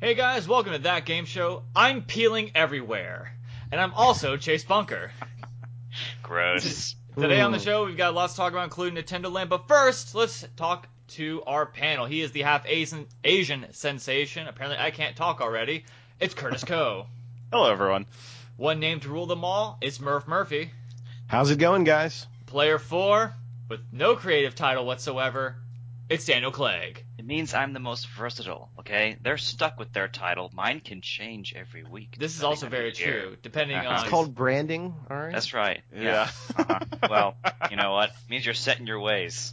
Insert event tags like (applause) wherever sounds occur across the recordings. Hey guys, welcome to that game show. I'm peeling everywhere, and I'm also Chase Bunker. (laughs) Gross. Today on the show, we've got lots to talk about, including Nintendo Land. But first, let's talk to our panel. He is the half Asian, Asian sensation. Apparently, I can't talk already. It's Curtis Coe. Hello, everyone. One name to rule them all. It's Murph Murphy. How's it going, guys? Player four, with no creative title whatsoever. It's Daniel Clegg. It means I'm the most versatile, okay? They're stuck with their title. Mine can change every week. This is depending also on very the year. true, depending Uh-huh. on. It's called branding, all right? That's right. Yeah. (laughs) Uh-huh. Well, you know what? It means you're set in your ways.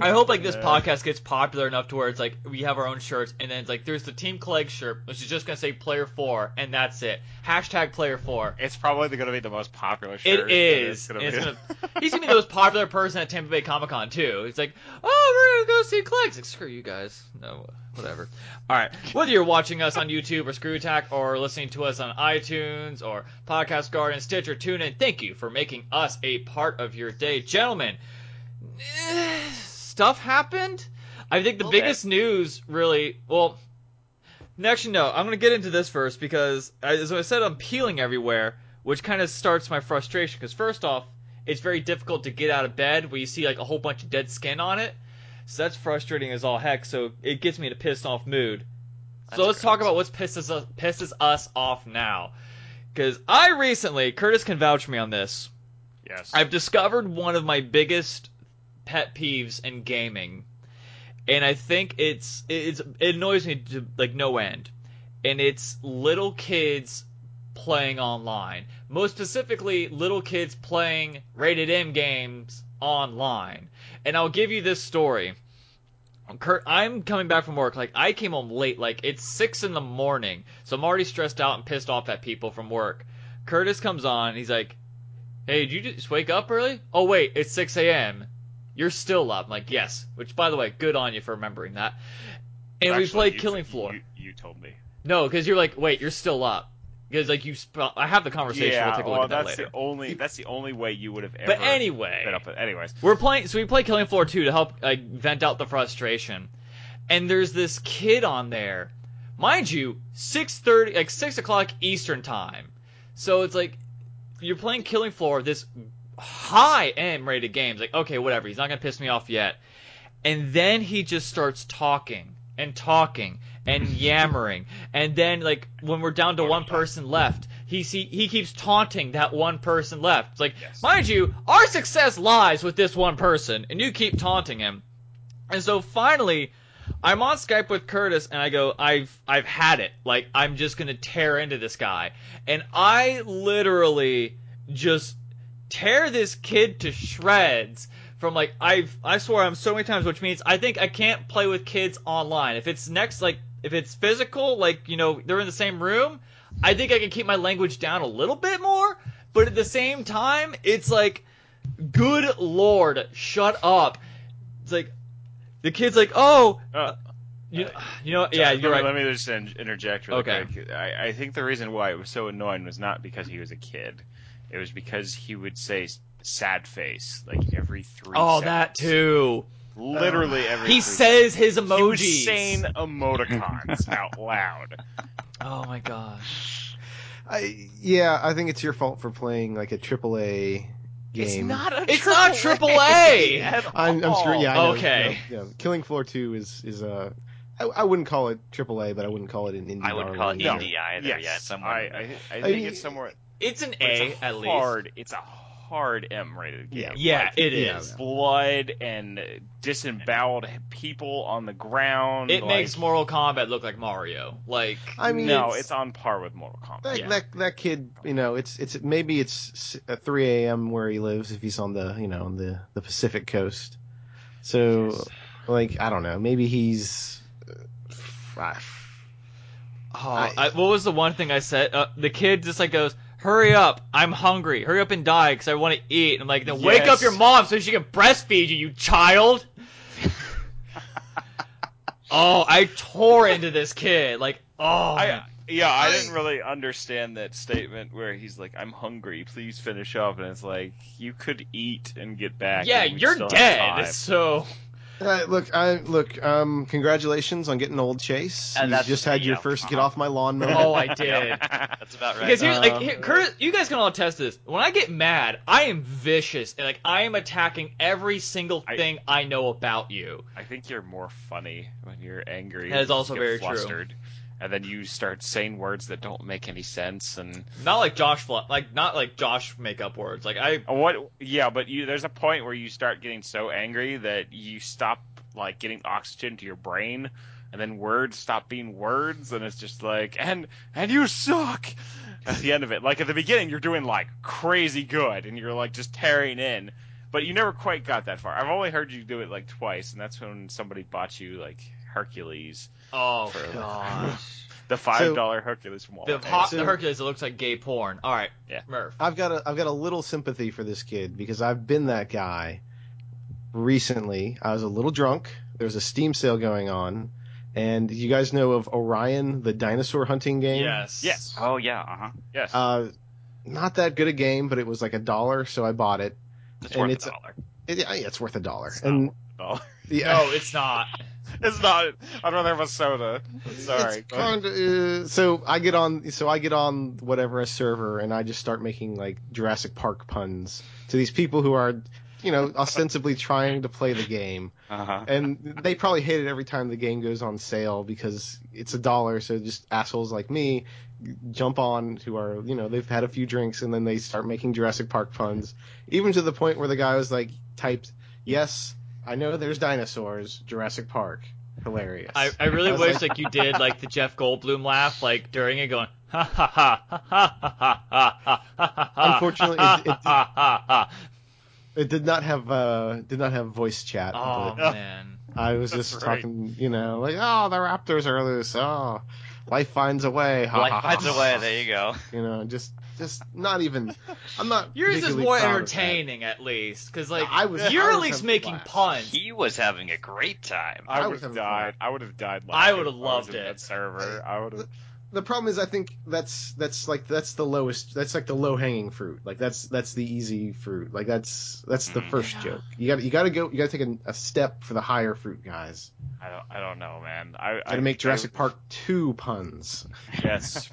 I hope like this Yeah. podcast gets popular enough to where it's like we have our own shirts, and then it's like there's the Team Clegg shirt, which is just gonna say Player Four, and that's it. Hashtag Player Four. It's probably going to be the most popular It shirt. is. It's gonna It's be. gonna- he's gonna be the most popular person at Tampa Bay Comic Con too. He's like, oh, we're gonna go see Clegg. It's like, screw you guys. No, whatever. All right. Whether you're watching us on YouTube or Screw Attack, or listening to us on iTunes or Podcast Garden, Stitcher, TuneIn, thank you for making us a part of your day, gentlemen. Stuff happened. I think the Little biggest news, really, well, actually, no. I'm gonna get into this first because, as I said, I'm peeling everywhere, which kind of starts my frustration. Because first off, it's very difficult to get out of bed where you see like a whole bunch of dead skin on it. So that's frustrating as all heck. So it gets me in a pissed off mood. That's so let's talk gross. about what's pisses us, pisses us off now. Because I recently, Curtis can vouch for me on this. (laughs) yes. I've discovered one of my biggest pet peeves in gaming, and I think it's it's it annoys me to like no end, and it's little kids playing online. Most specifically, little kids playing rated M games online. And I'll give you this story. Kurt, I'm coming back from work. Like I came home late. Like it's six in the morning, so I'm already stressed out and pissed off at people from work. Curtis comes on. And he's like, "Hey, did you just wake up early? Oh wait, it's six a.m. You're still up." I'm like, "Yes." Which, by the way, good on you for remembering that. And we Actually, played you- Killing Floor. You, you told me. No, because you're like, wait, you're still up. Because like you, sp- I have the conversation. yeah, we'll take a look well, at that that's later. the only. That's the only way you would have ever. But anyway, been up- anyways, we're playing. So we play Killing Floor 2 to help like vent out the frustration. And there's this kid on there, mind you, six thirty, like six o'clock Eastern time. So it's like you're playing Killing Floor, this high end rated games. Like okay, whatever. He's not gonna piss me off yet. And then he just starts talking and talking and yammering. And then like when we're down to one person left, he see, he keeps taunting that one person left. It's like Yes. mind you, our success lies with this one person, and you keep taunting him. And so finally, I'm on Skype with Curtis, and I go, I've I've had it. Like I'm just gonna tear into this guy, and I literally just tear this kid to shreds. From like I've I swore I'm so many times, which means I think I can't play with kids online. If it's next, like if it's physical, like you know they're in the same room, I think I can keep my language down a little bit more. But at the same time, it's like, good lord, shut up. It's like the kid's like, oh, Uh, you, you know, yeah, let you're me- right. Let me just in- interject really Okay. quick. I, I think the reason why it was so annoying was not because he was a kid. It was because he would say s- "sad face" like every three. Oh, seconds. that too. Literally every. He three says his seconds. He emojis. was saying (laughs) emoticons out loud. Oh my gosh. I, yeah, I think it's your fault for playing like a triple A game. It's not a. It's not triple A. (laughs) at I'm, I'm screwed. all. Yeah, I know, Okay. no, no. Killing Floor Two is is uh, I, I wouldn't call it triple A, but I wouldn't call it an indie. E I wouldn't call it darling. indie either Yes, yet. Somewhere. I, I, I think mean, it's somewhere. It's an it's A a at least. hard, It's a hard M-rated game. Yeah. Yeah, Like, it Yeah. is. blood and disemboweled people on the ground. It like, makes Mortal Kombat look like Mario. Like I mean, no, it's- it's, on par with Mortal Kombat. That, Yeah. that that kid, you know, it's it's maybe it's s- uh, 3 a.m. where he lives if he's on the you know on the the Pacific coast. So, like, I don't know. Maybe he's. Uh, I- Oh, I- I, what was the one thing I said? Uh, the kid just like goes, "Hurry up! I'm hungry. Hurry up and die because I want to eat." And I'm like, "Then wake up Yes. your mom so she can breastfeed you, you child." (laughs) oh, I tore into this kid. Like, oh, I, yeah, I I- didn't really understand that statement where he's like, "I'm hungry, please finish up," and it's like you could eat and get back. yeah, and we'd you're still have dead. time. So Uh, look, I look. Um, congratulations on getting old, Chase. And you that's- just had your yeah. first get off my lawn moment. Oh, I (laughs) did. That's about right. Because here's like Um, here, Curtis, you guys can all attest to this. When I get mad, I am vicious and like I am attacking every single I- thing I know about you. I think you're more funny when you're angry. That is You also get very true. flustered, And then you start saying words that don't make any sense. And Not like Josh, fl- like not like Josh make up words. Like I, Oh, what? Yeah, but you there's a point where you start getting so angry that you stop like getting oxygen to your brain, and then words stop being words, and it's just like and and you suck. At the end of it, like at the beginning, you're doing like crazy good, and you're like just tearing in, but you never quite got that far. I've only heard you do it like twice, and that's when somebody bought you like Hercules, oh For- god, the five dollar Hercules from the, Walmart. hot, so- the Hercules that looks like gay porn. All right, Yeah. Murph. I've got a I've got a little sympathy for this kid because I've been that guy. Recently, I was a little drunk. There was a Steam sale going on, and you guys know of Orion, the dinosaur hunting game. Yes. Yes. Oh yeah, uh huh. yes, Uh, not that good a game, but it was like a dollar, so I bought it. It's And worth it's- a dollar. It- yeah, it's worth a dollar. It's not And dollar. yeah, No, it's not. it's not. (laughs) I'd rather have a soda. Sorry. It's go ahead. kinda, uh, so I get on, so I get on whatever a server, and I just start making like Jurassic Park puns to these people who are, you know, ostensibly trying to play the game, Uh huh. Uh-huh. and they probably hate it every time the game goes on sale because it's a dollar. So just assholes like me jump on who are, you know, they've had a few drinks, and then they start making Jurassic Park puns, even to the point where the guy was like typed, "Yes, I know there's dinosaurs, Jurassic Park." Hilarious. I, I really I was wish like- like, you did like the Jeff Goldblum laugh like during it going ha ha ha ha ha ha ha ha ha ha ha Unfortunately, ha, it- it- ha, ha, ha. It did not have uh did not have voice chat. oh but man I was just That's right. talking, you know, like oh the raptors are loose. Oh, life finds a way. Ha, ha, Life ha, hides ha." away. There you go. You know, just just not even. I'm not. (laughs) yours is particularly more proud of entertaining at least because like I was- I you're at was least having making a blast. puns. He was having a great time. I I would was have having fun. died. I would have died. I laughing would've if was loved in it. That server. I would have. that. The problem is, I think that's that's like that's the lowest. That's like the low hanging fruit. Like that's that's the easy fruit. Like that's that's the Mm. first Yeah. joke. You got to you got to go. You got to take a, a step for the higher fruit, guys. I don't. I don't know, man. I. Got I to make Jurassic Park two puns. I, (laughs) (laughs) yes.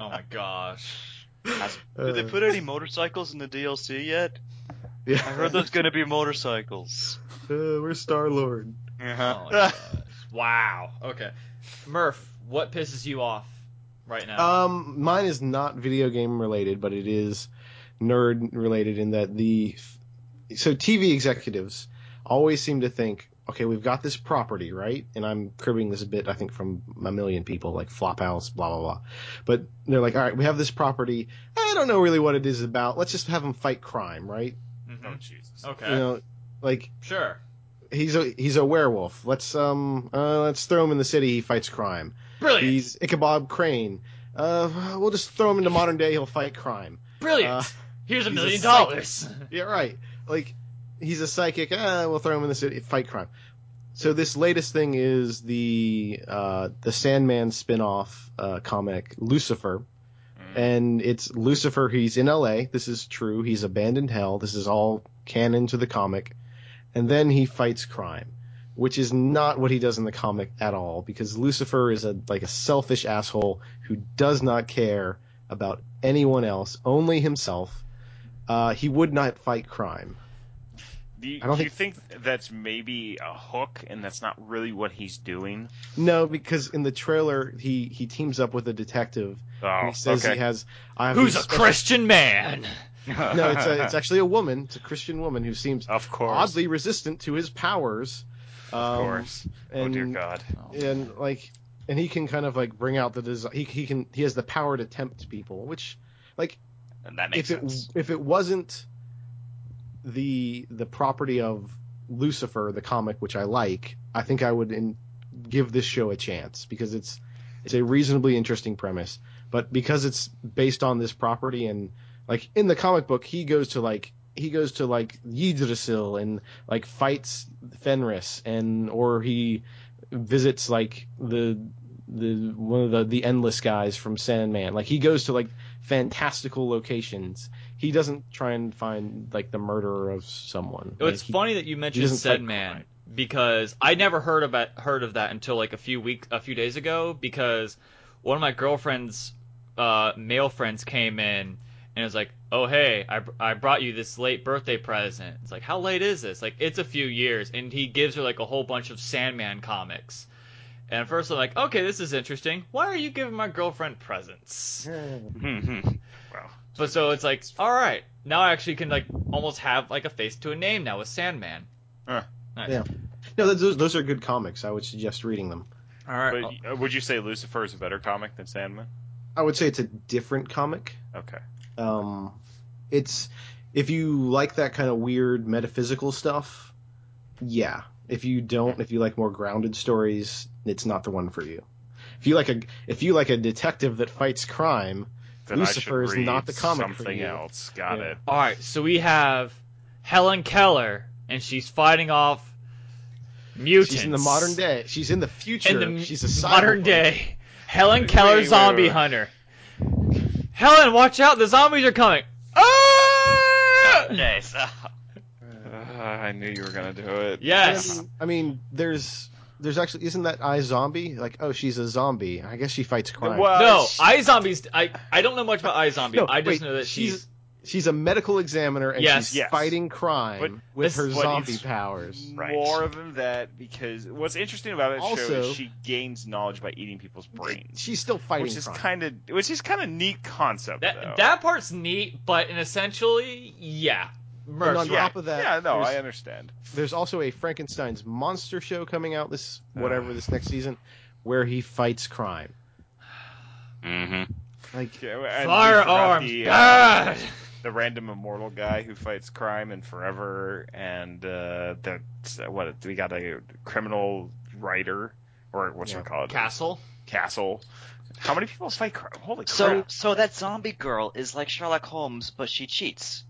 Oh my gosh. Did they Uh, put any motorcycles in the DLC yet? yeah. I heard there's gonna be (laughs) motorcycles. Uh, we're Star Lord. Oh my gosh. Wow. Okay. Murph, what pisses you off right now? Um, mine is not video game related, but it is nerd related in that the so TV executives always seem to think, okay, we've got this property, right? And I'm cribbing this a bit, I think, from a million people like Flophouse, blah blah blah. But they're like, all right, we have this property. I don't know really what it is about. Let's just have them fight crime, right? Oh Mhm. Jesus. Okay. You know, like Sure. he's a he's a werewolf. Let's um uh, let's throw him in the city. He fights crime. Brilliant. He's Ichabod Crane. Uh, we'll just throw him into modern day. He'll fight crime. Brilliant. uh, Here's a he's a million psychic. (laughs) dollars. Yeah, right. Like he's a psychic. Uh, we'll throw him in the city. Fight crime. So this latest thing is the uh, the Sandman spin-off uh, comic Lucifer, Mm. and it's Lucifer. He's in L.A. This is true. He's abandoned hell. This is all canon to the comic, and then he fights crime, which is not what he does in the comic at all. Because Lucifer is a like a selfish asshole who does not care about anyone else, only himself. Uh, he would not fight crime. Do you, I don't do you think... that's maybe a hook, and that's not really what he's doing? No, because in the trailer he he teams up with a detective. Oh, he says okay. he has. I have Who's these a special- Christian man? No, it's a, it's actually a woman. It's a Christian woman who seems of course. oddly resistant to his powers. Um, Of course. And, oh dear God. And like, and he can kind of like bring out the desire. He he can he has the power to tempt people, which And that makes (laughs) if sense. it if it wasn't the the property of Lucifer, the comic which I like, I think I would in, give this show a chance because it's it's a reasonably interesting premise. But because it's based on this property and like in the comic book, he goes to like he goes to like Yggdrasil and like fights Fenris and or he visits like the the one of the the endless guys from Sandman. Like he goes to like fantastical locations. He doesn't try and find like the murderer of someone. It's Like, he- funny that you mentioned doesn't fight said man because I never heard about heard of that until like a few weeks a few days ago because one of my girlfriend's uh, male friends came in and was like, "Oh hey, I, I brought you this late birthday present." It's like, "How late is this?" Like, "It's a few years." And he gives her like a whole bunch of Sandman comics. And at first I'm like, "Okay, this is interesting. Why are you giving my girlfriend presents?" Mm-hmm. wow. But so it's like, all right, now I actually can like almost have like a face to a name now with Sandman. Huh. Nice. Yeah. No, those- those those are good comics. I would suggest reading them. All right. But uh, would you say Lucifer is a better comic than Sandman? I would say it's a different comic. Okay. Um, it's if you like that kind of weird metaphysical stuff, yeah. If you don't, if you like more grounded stories, it's not the one for you. If you like a if you like a detective that fights crime, Then Lucifer I is should read not the comic for Something you. else. Got Yeah. it. all right. So we have Helen Keller, and she's fighting off mutants. she's in the modern day. She's in the future. In the she's a cyborg. modern day, Helen Wait, Keller, wait, wait, zombie wait. hunter. Helen, watch out! The zombies are coming. Ah! (laughs) Nice. Uh, I knew you were gonna do it. I Yes. mean, I mean, there's there's actually isn't that I Zombie? Like, oh, she's a zombie. I guess she fights crime. Well, No, she- I zombies. I I don't know much about I zombie. No, I just wait, know that she's- she's She's a medical examiner and Yes. she's Yes. fighting crime But with this- her but zombie it's- powers. Right. More than that, because what's interesting about that show Also- is she gains knowledge by eating people's brains, She's still fighting which is crime. kind of which is kind of neat concept. though. Oh. That, that part's neat, but in essentially, yeah, And on mercy. Yeah. top of that, yeah, no, there's, I understand. there's also a Frankenstein's monster show coming out this Ah. whatever this next season, where he fights crime. mm-hmm. Like Okay, and we forgot Firearms. Ah! The, uh, God! the random immortal guy who fights crime and forever, and uh, the what we got a criminal writer or what should we Yeah. call it? Castle. Castle. How many people fight crime? Holy So, crap! so that zombie girl is like Sherlock Holmes, but she cheats.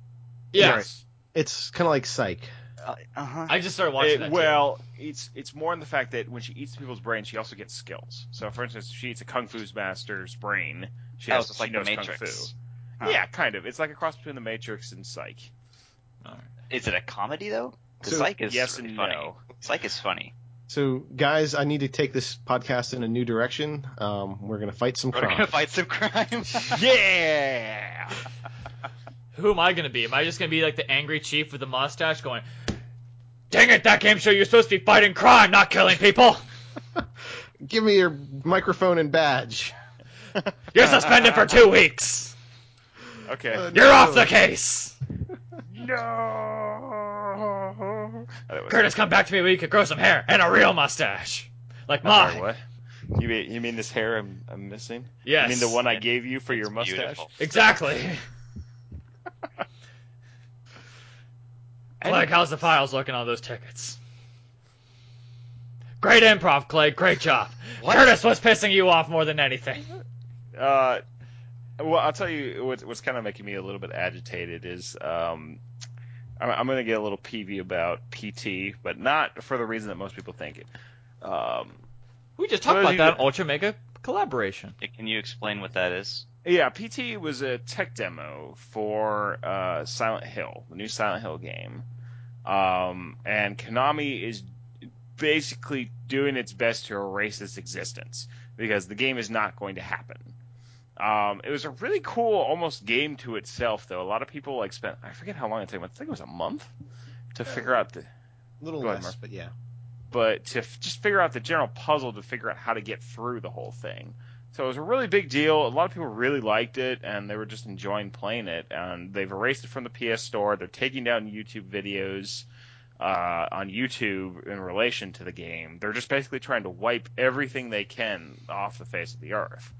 Yes. it's kind of like Psych. Uh huh. I just started watching It- that. too. well, it's it's more in the fact that when she eats people's brains, she also gets skills. So, for instance, if she eats a kung fu's master's brain, she Oh, has so it's she like the knows kung Matrix. fu. Huh. Yeah, kind of. It's like a cross between the Matrix and Psych. Is it a comedy though? 'Cause So, Psych is yes really and funny. no. Psych is funny. So guys, I need to take this podcast in a new direction. Um, we're gonna fight some We're crime. (laughs) gonna fight some (laughs) crime. yeah. Who am I gonna be? Am I just gonna be like the angry chief with the mustache going, "Dang it, that game show! You're supposed to be fighting crime, not killing people. Give me your microphone and badge. You're suspended for two weeks. Okay. Uh, You're No. off the case. no. That was- Curtis, come back to me where you could grow some hair and a real mustache, like I'm mine. sorry, what? You mean you mean this hair I'm, I'm missing? Yes. You mean the one I gave you for your It's mustache? beautiful. Exactly. (laughs) Like, how's the files looking on those tickets? Great improv, Clay. Great job. Curtis, what's pissing you off more than anything? Uh, well, I'll tell you what's, what's kind of making me a little bit agitated is um, I'm, I'm going to get a little peevy about PT, but not for the reason that most people think it. Um, We just talked Well, about you- that Ultra Mega collaboration. Can you explain what that is? yeah, PT was a tech demo for uh, Silent Hill, the new Silent Hill game, um, and Konami is basically doing its best to erase its existence because the game is not going to happen. Um, it was a really cool, almost game to itself, though. A lot of people like spent I forget how long it took. I think it was a month to figure out the A little Go ahead, less, Mark. but yeah. but to f- just figure out the general puzzle to figure out how to get through the whole thing. So it was a really big deal. A lot of people really liked it, and they were just enjoying playing it. And they've erased it from the PS Store. They're taking down YouTube videos uh, on YouTube in relation to the game. They're just basically trying to wipe everything they can off the face of the earth.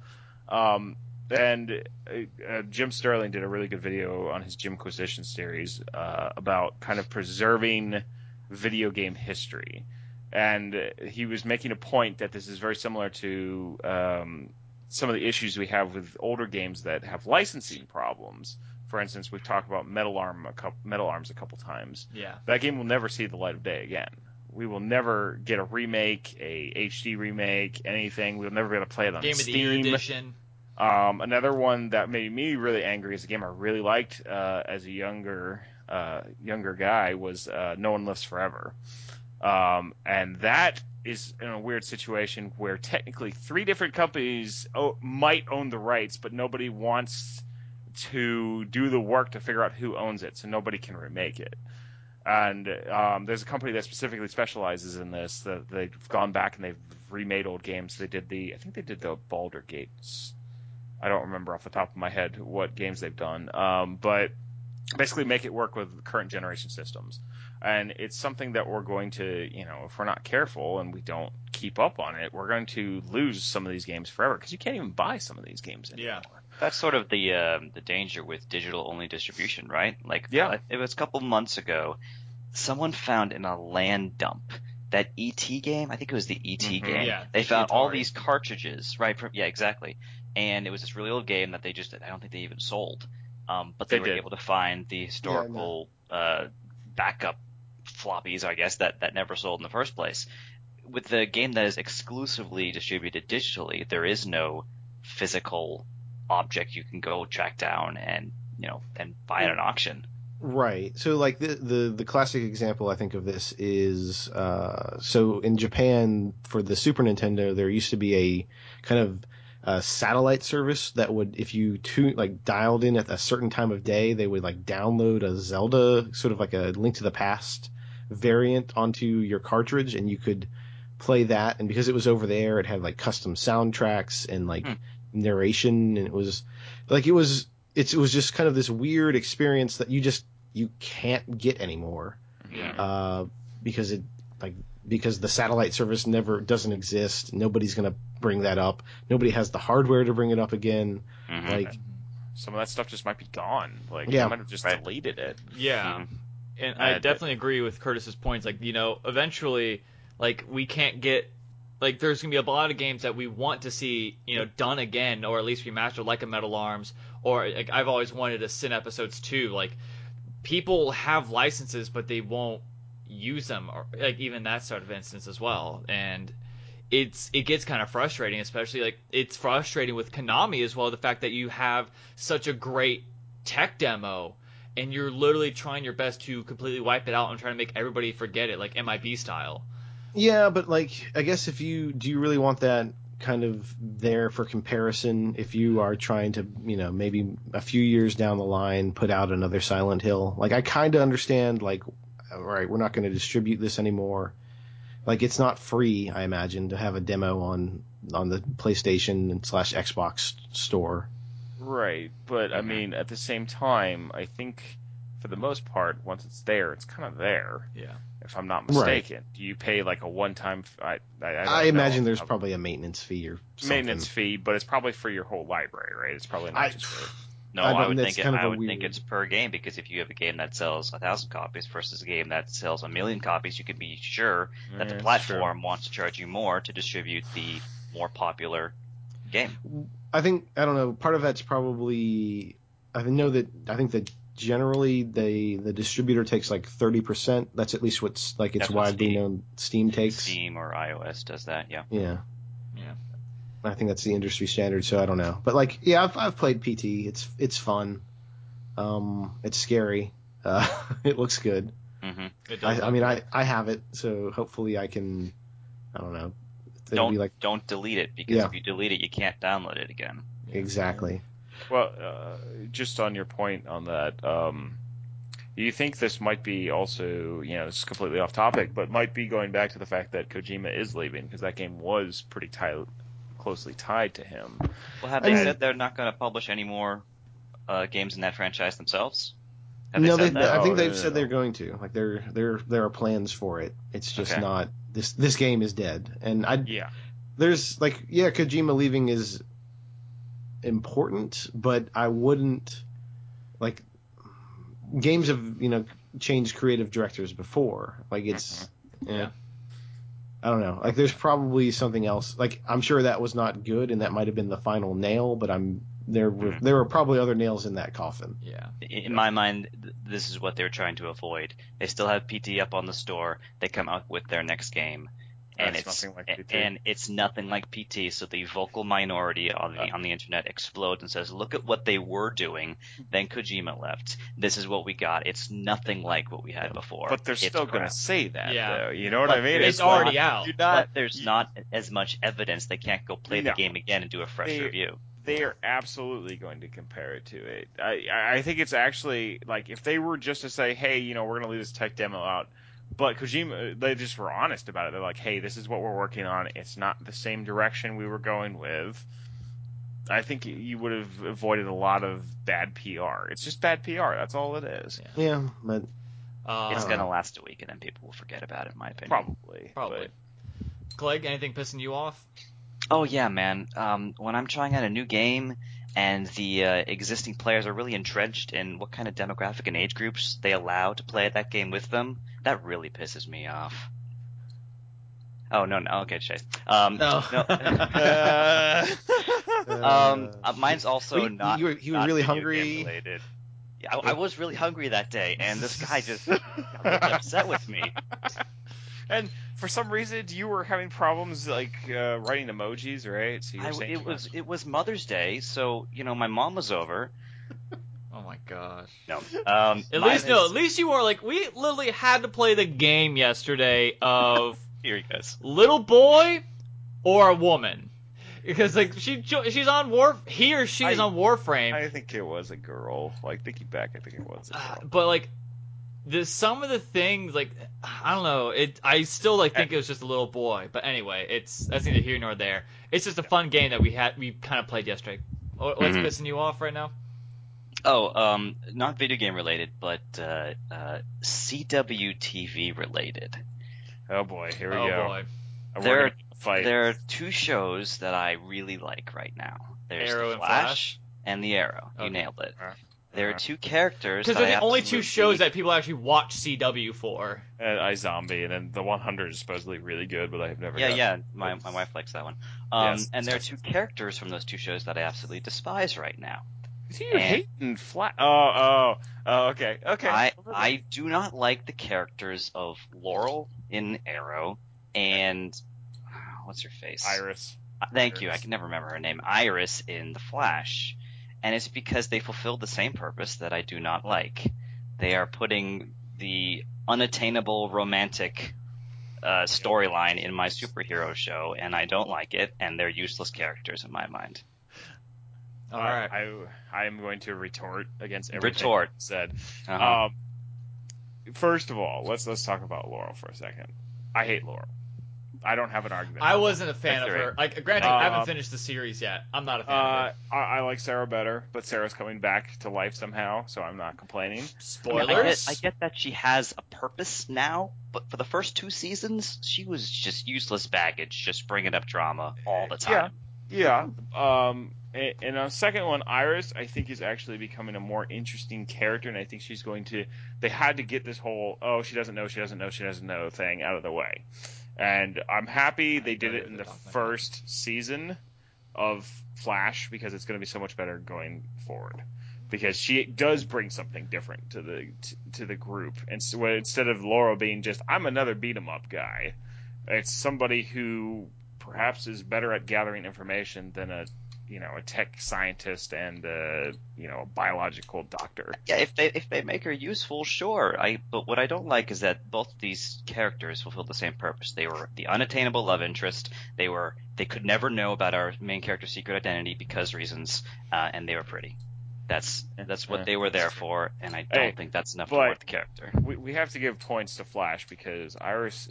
Um, and uh, uh, Jim Sterling did a really good video on his Jimquisition series uh, about kind of preserving video game history and uh, he was making a point that this is very similar to um, some of the issues we have with older games that have licensing problems. For instance, we've talked about Metal Arm a couple, Metal Arms a couple times. Yeah. That game will never see the light of day again. We will never get a remake, a HD remake, anything. We'll never be able to play it on Game of the Year Steam. edition. Um, another one that made me really angry is a game I really liked uh, as a younger uh, younger guy was uh, No One Lives Forever. Um, and that is in a weird situation where technically three different companies o- might own the rights, but nobody wants to do the work to figure out who owns it, so nobody can remake it. And um, there's a company that specifically specializes in this. That they've gone back and they've remade old games. They did the, I think they did the Baldur Gates. I don't remember off the top of my head what games they've done, um, but basically make it work with current generation systems and it's something that we're going to you know if we're not careful and we don't keep up on it we're going to lose some of these games forever because you can't even buy some of these games anymore. Yeah. That's sort of the um, the danger with digital only distribution, right? Like, Yeah. uh, it was a couple months ago, someone found in a land dump that ET game. I think it was the ET Mhm. game. Yeah, they found all Atari. these cartridges, right? From, yeah, exactly. And it was this really old game that they just I don't think they even sold, um, but they, They were did. able to find the historical uh, backup floppies, I guess that that never sold in the first place. With the game that is exclusively distributed digitally, there is no physical object you can go track down and you know and buy at an auction. Right. So like the the the classic example I think of this is uh so in Japan for the Super Nintendo there used to be a kind of uh satellite service that would if you tune like dialed in at a certain time of day they would like download a Zelda sort of like a Link to the Past variant onto your cartridge and you could play that and because it was over the air it had like custom soundtracks and like Hmm. narration and it was like it was it's it was just kind of this weird experience that you just you can't get anymore Yeah. uh, because it like because the satellite service never doesn't exist. Nobody's gonna bring that up. Nobody has the hardware to bring it up again. Mhm. Like some of that stuff just might be gone like Yeah. they might have just Right. deleted it Yeah. Mhm. and I Uh, definitely agree with Curtis's points. Like, you know, eventually, like we can't get like there's gonna be a lot of games that we want to see, you know, done again or at least remastered, like a Metal Arms or like I've always wanted a Sin Episodes two. Like, people have licenses, but they won't use them, or like even that sort of instance as well. And it's it gets kind of frustrating, especially like it's frustrating with Konami as well. The fact that you have such a great tech demo and you're literally trying your best to completely wipe it out and trying to make everybody forget it, like MIB style. yeah, but like I guess if you do you really want that kind of there for comparison if you are trying to you know maybe a few years down the line put out another Silent Hill. Like I kind of understand like all right, we're not going to distribute this anymore. Like it's not free, I imagine, to have a demo on on the PlayStation and slash Xbox store. right but i Mhm. mean at the same time i think for the most part once it's there it's kind of there Yeah. if i'm not Right. mistaken do you pay like a one time I I, I, don't I, know. imagine there's A probably a maintenance fee or something. maintenance fee but it's probably for your whole library right it's probably not I- just for No, I I, don't- would that's think it, kind of I a would think weird- it's per game because if you have a game that sells a thousand copies versus a game that sells a million copies, you can be sure that the Yeah, that's true. platform wants to charge you more to distribute the more popular game. I think I don't know. Part of that's probably I know that I think that generally they the distributor takes like thirty percent. That's at least what's like it's That's what widely Steam- known. Steam takes. Steam or iOS does that, yeah. Yeah. Yeah. I think that's the industry standard. So I don't know. But like, yeah, I've, I've played PT. It's it's fun. Um, it's scary. Uh, (laughs) it looks good. hmm It does I, I mean, I I have it. So hopefully I can. I don't know. It'll Don't be like don't delete it because Yeah. if you delete it, you can't download it again. exactly. Well, uh, just on your point on that, um, do you think this might be also, you know, this is completely off topic, but might be going back to the fact that Kojima is leaving because that game was pretty tight, closely tied to him. Well, have I they mean- said they're not going to publish any more uh, games in that franchise themselves? Have no, they they've, said that? I think Oh, they've no, no, said no. they're going to. Like there, there, there are plans for it. It's just Okay. not this. This game is dead, and I Yeah. there's like yeah, Kojima leaving is important, but I wouldn't like games have you know changed creative directors before. Like it's Mm-hmm. yeah. Yeah. I don't know. Like there's probably something else. Like I'm sure that was not good, and that might have been the final nail. But I'm there. Were, Mhm. there were probably other nails in that coffin. Yeah. In- In my mind, th- this is what they're trying to avoid. They still have PT up on the store. They come out with their next game. and That's it's nothing like PT. and it's nothing like PT. So the vocal minority on Uh. the on the internet explodes and says, "Look at what they were doing." Then Kojima left. This is what we got. It's nothing like what we had before. But they're It's still going crap. to say that, Yeah. though. You know what But I mean? it's like, already out. You're But not, there's you- not as much evidence. They can't go play No. the game again and do a fresh They- review. they are absolutely going to compare it to it. I, I I think it's actually like if they were just to say, hey, you know, we're going to leave this tech demo out, but Kojima, they just were honest about it. They're like, hey, this is what we're working on. It's not the same direction we were going with. I think you would have avoided a lot of bad PR. It's just bad PR. That's all it is. Yeah, but Uh, It's Um, gonna last a week and then people will forget about it. In my opinion. Probably. probably. But- Clegg, anything pissing you off? Oh yeah, man. Um, when I'm trying out a new game and the uh, existing players are really entrenched in what kind of demographic and age groups they allow to play that game with them, that really pisses me off. Oh no, no, okay, Chase. (laughs) Um, (laughs) No. um, uh, mine's also Well, you- not. you were- you were not really video hungry. game related. Yeah, I, I was really hungry that day, and this (laughs) guy (laughs) just got really upset with me. And for some reason, you were having problems like uh, writing emojis, right? So you were I, saying it too was much. it was Mother's Day, so you know my mom was over. Oh my gosh. No, um, At mine least no, is- at least you are like we literally had to play the game yesterday of (laughs) Here he goes. little boy or a woman. Because like she jo- she's on war he or she is I- on Warframe. I think it was a girl. Like thinking back, I think it was a Uh, girl. but like the some of the things like I don't know it I still like think it was just a little boy but anyway it's that's neither here nor there it's just a fun game that we had we kind of played yesterday What- what's Mm-hmm. Mhm. pissing you off right now Oh, um, not video game related, but uh, uh, CWTV related. Oh boy, here we oh go. boy We're There- gonna fight. There are two shows that I really like right now. There's Arrow the and Flash, Flash? and the Arrow. You Okay. nailed it. Uh, There are uh. two characters because that they're I the only two absolutely- shows that people actually watch CW for and I zombie, and then the 100 is supposedly really good, but I've never. (laughs) Yeah, got- yeah, my, my wife likes that one. Um, Yes. and there are two characters from those two shows that I absolutely despise right now. Is he And- hating flat? Oh, oh, oh. Okay, okay. I I do not like the characters of Laurel in Arrow and what's her face? Iris. Uh, Thank you. I Iris. can never remember her name. Iris in The Flash. And it's because they fulfilled the same purpose that I do not like. They are putting the unattainable romantic uh, storyline in my superhero show, and I don't like it, and they're useless characters in my mind. all right I, I am going to retort against everything Retort. you said. Uh-huh. Um, first of all, let's let's talk about Laurel for a second. I hate Laurel. I don't have an argument. I wasn't a fan That's of all her right. like granted I Uh, haven't finished the series yet I'm not a Uh, fan of I, her I like Sarah better, but Sarah's coming back to life somehow, so I'm not complaining. I, get, spoilers I get that she has a purpose now, but for the first two seasons, she was just useless baggage, just bringing up drama all the time. Yeah. Yeah. Um, and, and on the second one, Iris, I think is actually becoming a more interesting character, and I think she's going to. They had to get this whole oh she doesn't know she doesn't know she doesn't know thing out of the way, and I'm happy they did it in the first season of Flash because it's going to be so much better going forward. Because she does bring something different to the to, to the group, and so, well, instead of Laurel being just I'm another beat 'em up guy, it's somebody who perhaps is better at gathering information than a you know a tech scientist and a, you know a biological doctor. yeah, if they if they make her useful, sure. I but what I don't like is that both of these characters fulfill the same purpose. They were the unattainable love interest. They were they could never know about our main character's secret identity because reasons, uh, and they were pretty. That's that's what Yeah, they were there that's true. for, and I don't Hey, think that's enough but- to work the character. We, we have to give points to Flash because Iris,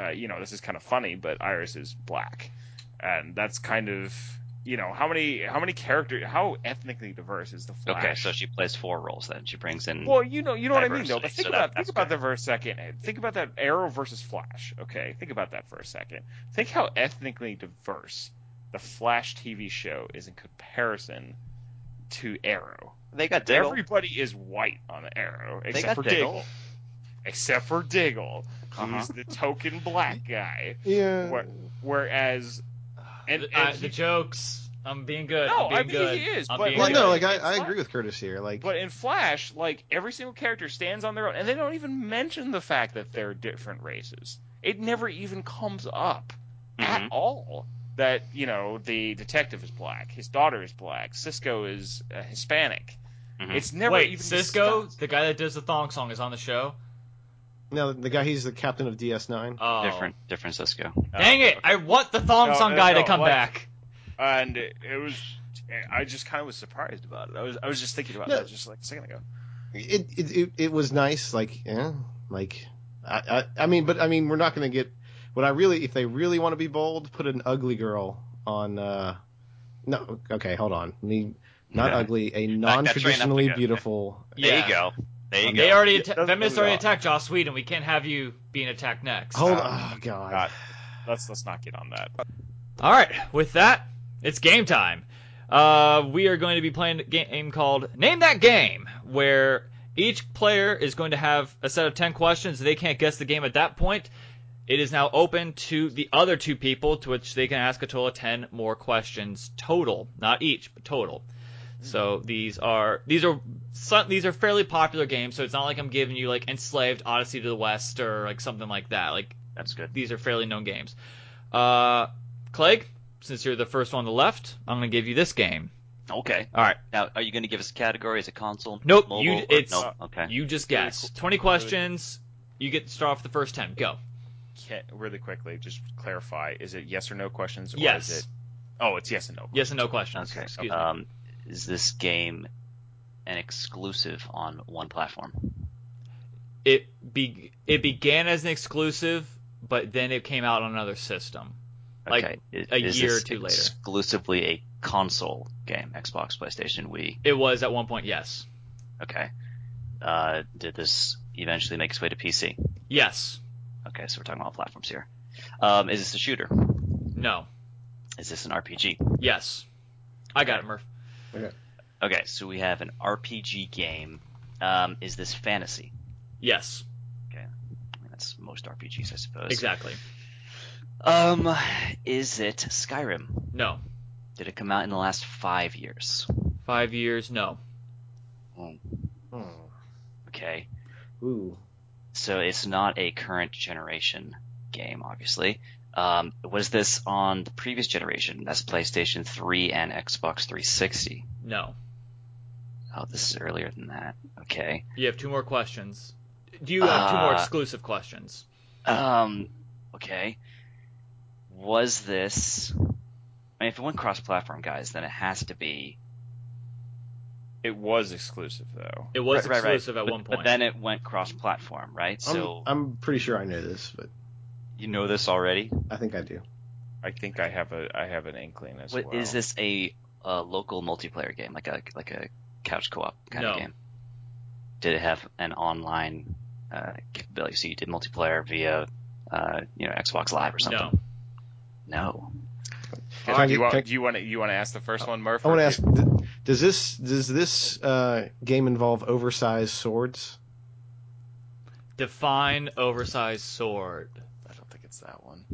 uh, you know this is kind of funny, but Iris is black, and that's kind of you know how many how many character how ethnically diverse is the Flash? Okay, so she plays four roles then. She brings in Well, you know, you know what I mean, though. diversity, But think so that- about that's think about fair. that for a second. Think about that Arrow versus Flash. Okay, think about that for a second. Think how ethnically diverse the Flash TV show is in comparison to Arrow. they got Diggle. Everybody is white on the Arrow they except got for Diggle. Diggle. Except for Diggle, Uh-huh. who's the token black guy. yeah. Where, (sighs) whereas, and, The- and uh, he- the jokes I'm being good No, I'm being I mean, good he is, I'm but- being Well, good. no, like I, It's I fine. agree with Curtis here. Like, But in Flash, like every single character stands on their own, and they don't even mention the fact that they're different races. It never even comes up Mhm. Mm-hmm. at all that you know the detective is black, his daughter is black, Cisco is uh, Hispanic. Mhm. It's never Mm-hmm. Wait, even Cisco, discussed. the guy that does the thong song, is on the show. No, the guy he's the captain of Uh, DS9. Oh, Different, different Cisco. Dang Oh, it! I want the thong No, song no, guy to no, come what? back. and it was I just kind of was surprised about it. I was I was just thinking about No. that just like a second ago. It, it it it was nice. Like yeah, like I, I I mean, but I mean, we're not gonna get what I really if they really want to be bold, put an ugly girl on. uh No, okay, hold on. Let Me not Yeah. ugly, a Back that train up non-traditionally again. beautiful. There Yeah. you go. There you They go. already Yeah, atta- doesn't feminists really already rock. attacked Joss Whedon. We can't have you being attacked next. Um, Hold on, oh god. God. Let's let's not get on that. All right, with that, it's game time. Uh, we are going to be playing a game called Name That Game, where each player is going to have a set of 10 questions. They can't guess the game at that point. It is now open to the other two people, to which they can ask a total of 10 more questions total, not each, but total. So these are these are some, these are fairly popular games. So it's not like I'm giving you like Enslaved, Odyssey to the West, or like something like that. Like That's good. these are fairly known games. Uh, Clegg, since you're the first one on the left, I'm going to give you this game. Okay. All right, Now, are you going to give us a category? Is it console? Nope, Mobile, you- or- it's- no? Okay. you just Really guess. cool. 20 questions. You get to start off the first 10. Go. Can, really quickly, just clarify: is it yes or no questions? Or Yes. Is it, oh, it's yes and no. Yes and no questions. Okay. Excuse me. um, Is this game an exclusive on one platform? It be it began as an exclusive, but then it came out on another system. Like, okay. Is, a is year or this two later. Exclusively a console game, Xbox, PlayStation, Wii. It was at one point, yes. Okay. Uh, did this eventually make its way to PC? Yes. Okay, so we're talking about platforms here. Um, is this a shooter? No. Is this an RPG? Yes. I got it, Murph. Okay, so we have an RPG game. Um, is this fantasy? Yes. I mean, that's most RPGs, I suppose. Exactly. Um, is it Skyrim? No. Did it come out in the last five years? Five years, no. Hmm. Okay, Ooh. so it's not a current generation game, obviously. Um, was this on the previous generation? That's PlayStation 3 and Xbox 360. No. Oh, this is earlier than that. Okay. You have two more questions. Do you have two more Uh, exclusive questions? Um, okay. Was this? I mean, if it went cross-platform, guys, then it has to be. It was exclusive though. It was Right, right, right. exclusive at but, one point. Um, but then it went cross-platform, right? So I'm, I'm pretty sure I know this, but you know this already. I think I do. I think I have a I have an inkling as What, well. Is this a, a local multiplayer game, like a like a couch co-op kind of No. game? Did it have an online uh, capability? So you did multiplayer via, uh, you know, Xbox Live or something? no. No. Can- Can I do you get- want can I- do you want to you want to ask the first one, Murph? I want or to do- ask: th- Does this does this uh, game involve oversized swords? Define oversized sword. I don't think it's that one.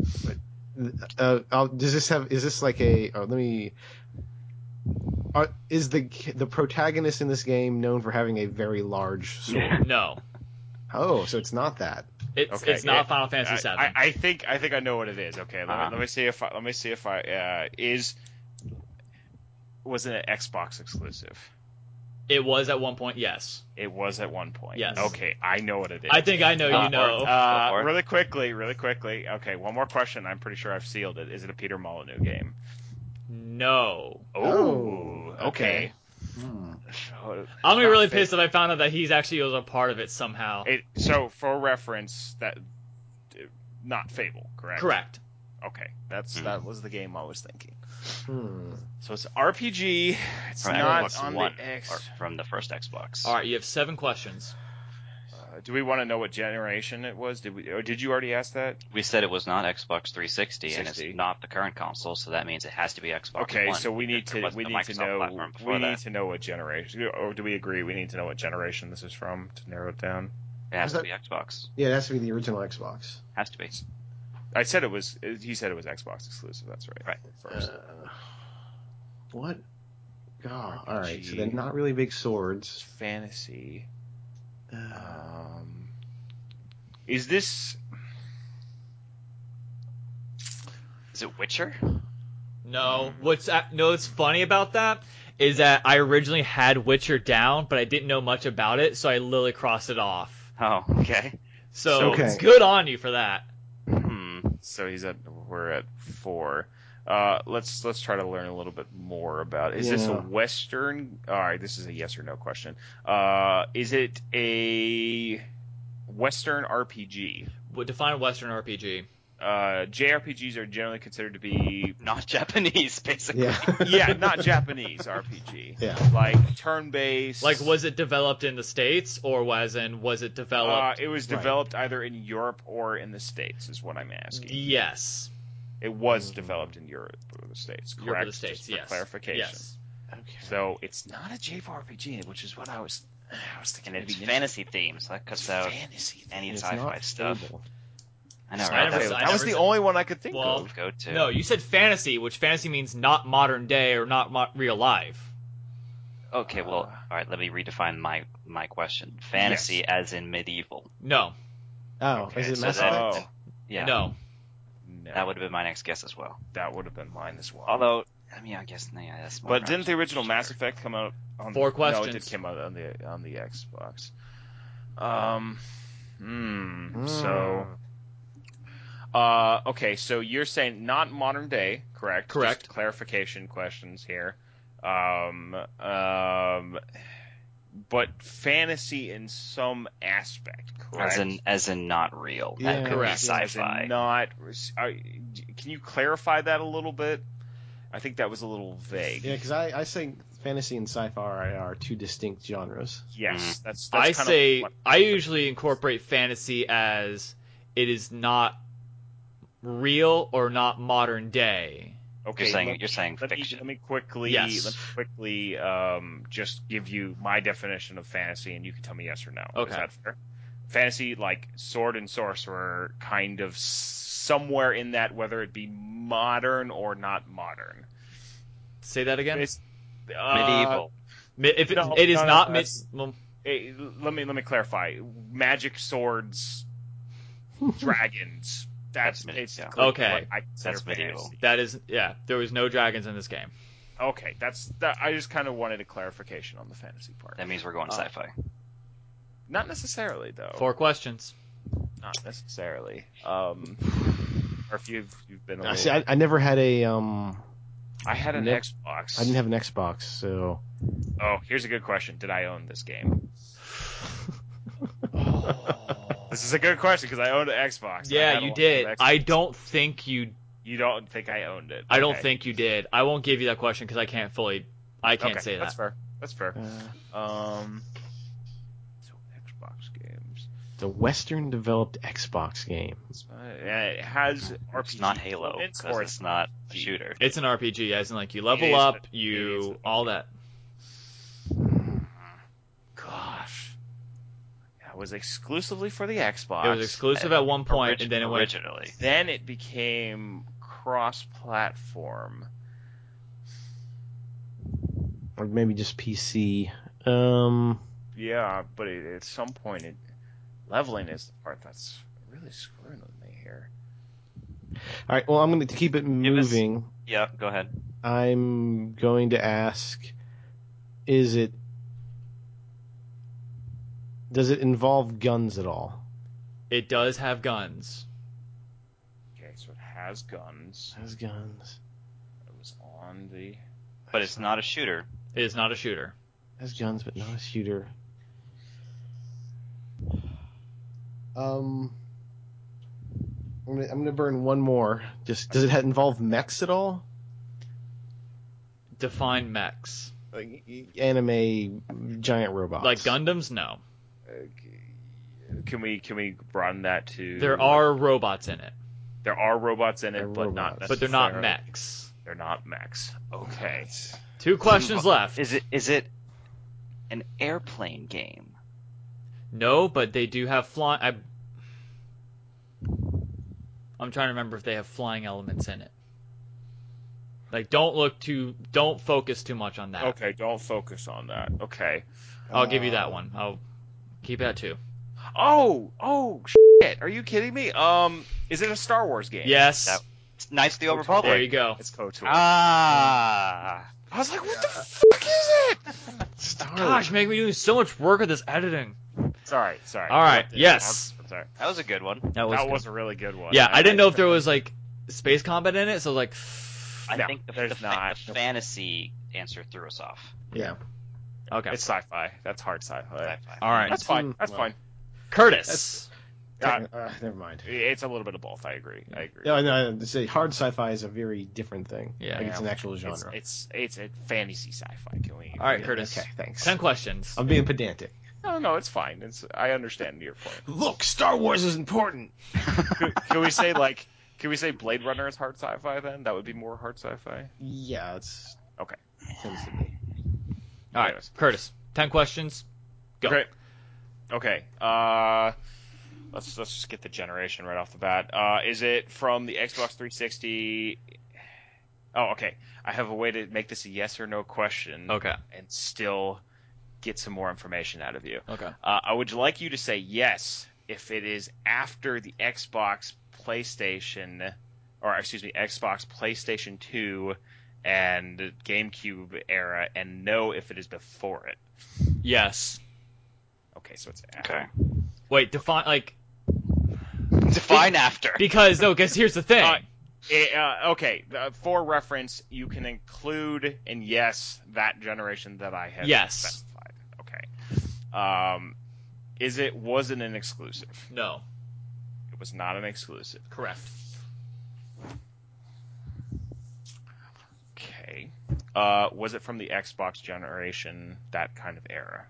Uh, I'll, does this have? Is this like a? Oh, let me. Are, is the the protagonist in this game known for having a very large sword? No. oh, so it's not that. It's Okay, it's not it- Final Fantasy I, VII. I, I think I think I know what it is. Okay, let, Uh-huh. me, let me see if I, let me see if I uh, is was it an Xbox exclusive? it was at one point, yes. It was at one point. Yes. Okay, I know what it is. I think I know Uh, you know. Uh, Go for it. really quickly, really quickly. Okay, one more question. I'm pretty sure I've sealed it. Is it a Peter Molyneux game? no. Oh, okay. Hmm. I'm gonna be Not really fit. pissed that I found out that he's actually was a part of it somehow. It, so, for reference, that not Fable, correct? Correct. Okay, that's Mhm. that was the game I was thinking. Hmm. So it's RPG. It's From not Xbox on One the X. or from the first Xbox. All right, you have seven questions. Uh, do we want to know what generation it was? Did we? Or did you already ask that? We said it was not Xbox 360, and 60. it's not the current console, so that means it has to be Xbox. Okay, One, so we because need there to wasn't we a need to Microsoft know platform before we that. need to know what generation. Or do we agree? We need to know what generation this is from to narrow it down. It has Was to be Xbox. Yeah, it has to be the original Xbox. Has to be. I said it was. He said it was Xbox exclusive. That's right. Right. First. Uh, what? God. All right. So RPG. they're not really big It's swords. fantasy. Uh, Um, is this? Is it Witcher? No, what's that, no? What's funny about that is that I originally had Witcher down, but I didn't know much about it, so I literally crossed it off. Oh, okay. So Okay. it's good on you for that. Hmm. So he's at we're at four. Uh, let's let's try to learn a little bit more about. Is this a Yeah. Western? All right, this is a yes or no question. Uh, is it a Western RPG? Would define Western RPG. Uh, JRPGs are generally considered to be Not Japanese, (laughs) (laughs) basically. Yeah. yeah, not Japanese RPG, Yeah. like turn based. Like, was it developed in the states, or was in was it uh, developed? it was Right. developed either in Europe or in the States is what I'm asking. yes, It was Mm. developed in Europe or the States, correct? Europe or the Just states. for Yes. clarification. Yes. Okay. So it's not a JRPG, which is what I was. I was thinking And it'd it's be fantasy themed, so that It's cuts out fantasy. any It's sci-fi not stuff. stable. I know, I right? never That's saw- what I that was never the said- only one I could think Well, of. I go to. No, you said fantasy, which fantasy means not modern day or not mo- real life. Okay, well, Uh, all right. Let me redefine my my question. Fantasy, as in medieval. No, Oh, Okay, is it so Mass that- Effect? Oh, Yeah, no. no. that would have been my next guess as well. that would have been mine as well. Although, I mean, I guess yeah, that's more. but didn't the original Mass Effect come out on Four No, it did questions. come out on the on the Xbox. Um, hmm, Mm. so. Uh, okay, so you're saying not modern day, correct? Correct. Just clarification questions here. Um, um, but fantasy in some aspect, correct? as in as in not real? Yeah, that could correct. be yeah. As in sci-fi. not. are- can you clarify that a little bit? I think that was a little vague. Yeah, because I, I say fantasy and sci-fi are, are two distinct genres. Yes, that's. that's I kind of say what- I usually incorporate fantasy as it is not real or not modern day. Okay, You're saying let- you're saying let me, fiction. let me quickly Yes. let me quickly um, just give you my definition of fantasy, and you can tell me yes or no. Okay. Is that fair? Fantasy, like sword and sorcerer, kind of s- somewhere in that, whether it be modern or not modern. Say that again. It's- uh, medieval. Mi- if it, no, it is no, no, not mid, that's- well, eh, let me let me clarify. Magic swords, dragons. That's, That's mid- it's yeah. clearly Okay. what I consider That's medieval. fantasy. that is yeah. There was no dragons in this game. Okay, that's that. I just kind of wanted a clarification on the fantasy part. That means we're going Uh, sci-fi. Not necessarily, though. Four questions. Not necessarily. Um, or if you've you've been. A I little- see. I, I never had a um. I had an Nope. Xbox. I didn't have an Xbox, so Oh, here's a good question. Did I own this game? Uh, This is a good question because I owned an Xbox. I yeah, had a you lot did. of Xbox. I don't think you. You don't think I owned it? I don't Okay. think you did. I won't give you that question because I can't fully. I can't okay, say That's that. fair. That's fair. uh, Um. So Xbox games. the Western developed Xbox game. It's not- yeah, It has It's RPG not Halo elements, because or it's not a RPG. shooter. It's an RPG, as in like you It level is, up, but it is you an all that. Gosh. That was exclusively for the Xbox. It was exclusive at one point, and then it went. originally. Then it became cross-platform. or maybe just PC. Um, Yeah, but it, at some point, it, leveling is the part that's really screwing with me here. all right. Well, I'm going to keep it us- moving. Yeah, go ahead. I'm going to ask: Is it? Does it involve guns at all? It does have guns. Okay, so it has guns. Has guns? It was on the. But it's not a shooter. It is not a shooter. Has guns, but not a shooter. Um, I'm gonna, I'm gonna burn one more. Just does it ha- involve mechs at all? Define mechs. Like y- anime giant robots? Like Gundams? No. uh, Can we can we broaden that to? There are robots in it, there are robots in it, There are but not robots. but they're not necessarily- mechs. They're not mechs. Okay. Two questions left. Is it is it an airplane game? No, but they do have flying. I... I'm trying to remember if they have flying elements in it. Like, don't look too. Don't focus too much on that. Okay, don't focus on that. Okay. I'll give you that Uh, one. I'll keep that too. Oh, oh, shit. Are you kidding me? Um, is it a Star Wars game? Yes. That- Knights of the Old Kotor. Republic. There you go. It's KOTOR. Ah. I was like, what the fuck is Uh, Star Gosh, make me doing so much work with this editing. it? Sorry, sorry. All right, Interrupted. yes. I'm sorry. That was a good one. That was, that good. was a really good one. Yeah, I didn't know if there was like space combat in it, so like, I No, think the, there's the, fa- not. the fantasy answer threw us off. Yeah. okay, It's sci-fi. That's hard sci-fi. Sci-fi. all right, That's fine. Mm, That's well. fine. Curtis. Uh, Uh, never mind. it's a little bit of both. I agree. I agree. No, no, no, say hard sci-fi is a very different thing. Yeah. like it's an actual genre. It's, it's it's a fantasy sci-fi. Can we? All right, Yeah, Curtis. Okay, thanks. Ten questions. I'm being pedantic. No, no, it's fine. It's I understand your point. Look, Star Wars is important. Could- can we say like? Can we say Blade Runner is hard sci-fi then? That would be more hard sci-fi. Yeah, it's Okay. Tends to be. All right, Yes. Curtis. Ten questions. Go. Okay. Okay. Uh, let's let's just get the generation right off the bat. Uh, is it from the Xbox 360? Oh, okay. I have a way to make this a yes or no question Okay. and still get some more information out of you. Okay. Uh, I would like you to say yes if it is after the Xbox, PlayStation, or excuse me, Xbox, PlayStation 2, and GameCube era, and no if it is before it. Yes. Okay, so it's Okay. Wait. Define like (laughs) Define after. because no. Because here's the thing. Uh, It, uh, okay, uh, for reference, you can include and yes that generation that I have Yes. specified. Okay. Um, is it wasn't an exclusive? no. It was not an exclusive. Correct. Okay. Uh, was it from the Xbox generation, that kind of era?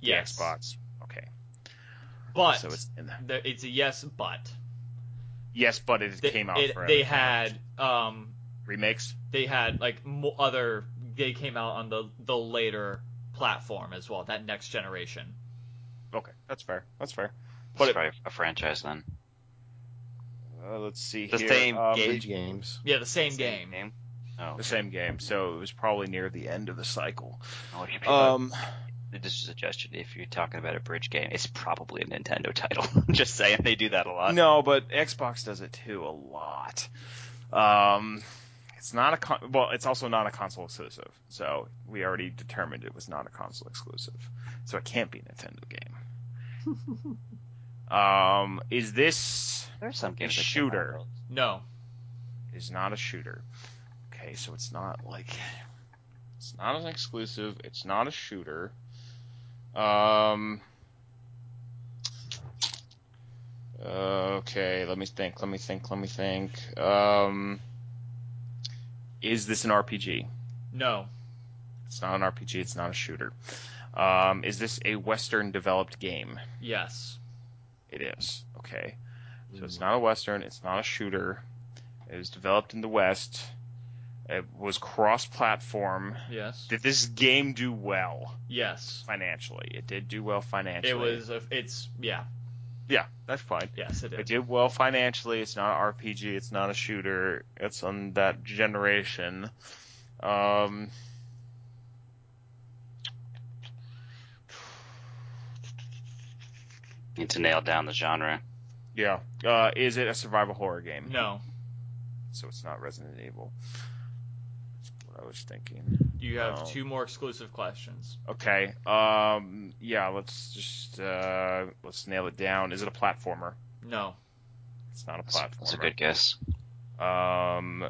The Yes. Xbox. Okay. But so it's in there. there, it's a yes, but Yes, but it they, came out it- for they other had um remakes. they had like mo- other they came out on the the later platform as well that next generation Okay, that's fair. That's fair. But But it's it- probably a franchise then. Uh, let's see The here. same Um, game. Age games. yeah the same, game Oh, The same game. So it was probably near the end of the cycle. well, if you're Um, this is a suggestion. If you're talking about a bridge game, it's probably a Nintendo title. (laughs) Just saying, they do that a lot. no, but Xbox does it too a lot. Um, it's not a con- well. It's also not a console exclusive. So we already determined it was not a console exclusive. So it can't be a Nintendo game. um, is this There's some games. A that shooter. came out no is not a shooter? Okay, so it's not like it's not an exclusive. It's not a shooter. Um. Okay, let me think. Let me think. Let me think. Um, is this an RPG? no It's not an RPG. It's not a shooter. Um, is this a Western developed game? yes It is. Okay. So Mm-hmm. it's not a Western. It's not a shooter. It was developed in the West. It was cross platform. yes Did this game do well yes financially? It did do well financially. it was a, it's yeah Yeah, that's fine. yes it It did did well financially. It's not an RPG. It's not a shooter. It's on that generation. Um, Need to nail down the genre. yeah. Uh, is it a survival horror game? no So it's not Resident Evil. That's what I was thinking. you have No. two more exclusive questions Okay. Um, yeah. Let's just uh, let's nail it down. Is it a platformer? no It's not a That's, platformer. that's a good guess. Um,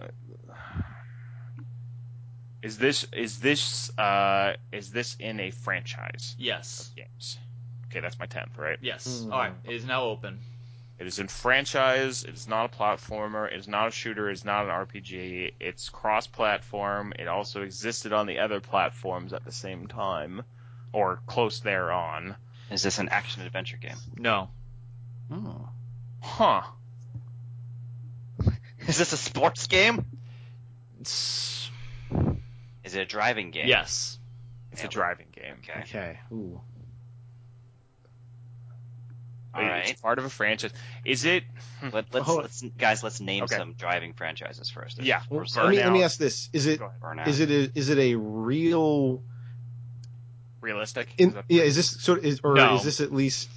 is this is this uh is this in a franchise yes of games? Okay, that's my tenth, right? yes Mm. all right it is now open It is in franchise. It is not a platformer. It is not a shooter. It is not an RPG. It's cross-platform. It also existed on the other platforms at the same time, or close thereon. Is this an action adventure game? no Huh. Is this a sports game? S- Is it a driving game? yes It's Yeah, a driving game. Okay. Okay. Ooh. All It's right. part of a franchise. Is it? Let, let's, Hold on. let's guys let's name Okay. some driving franchises first. Yeah. Well, Burnout. let me let me ask this: Is it Go Burnout. is it a, is it a real? Realistic? Is In, that- yeah. Is this sort of, is, or No. is this at least?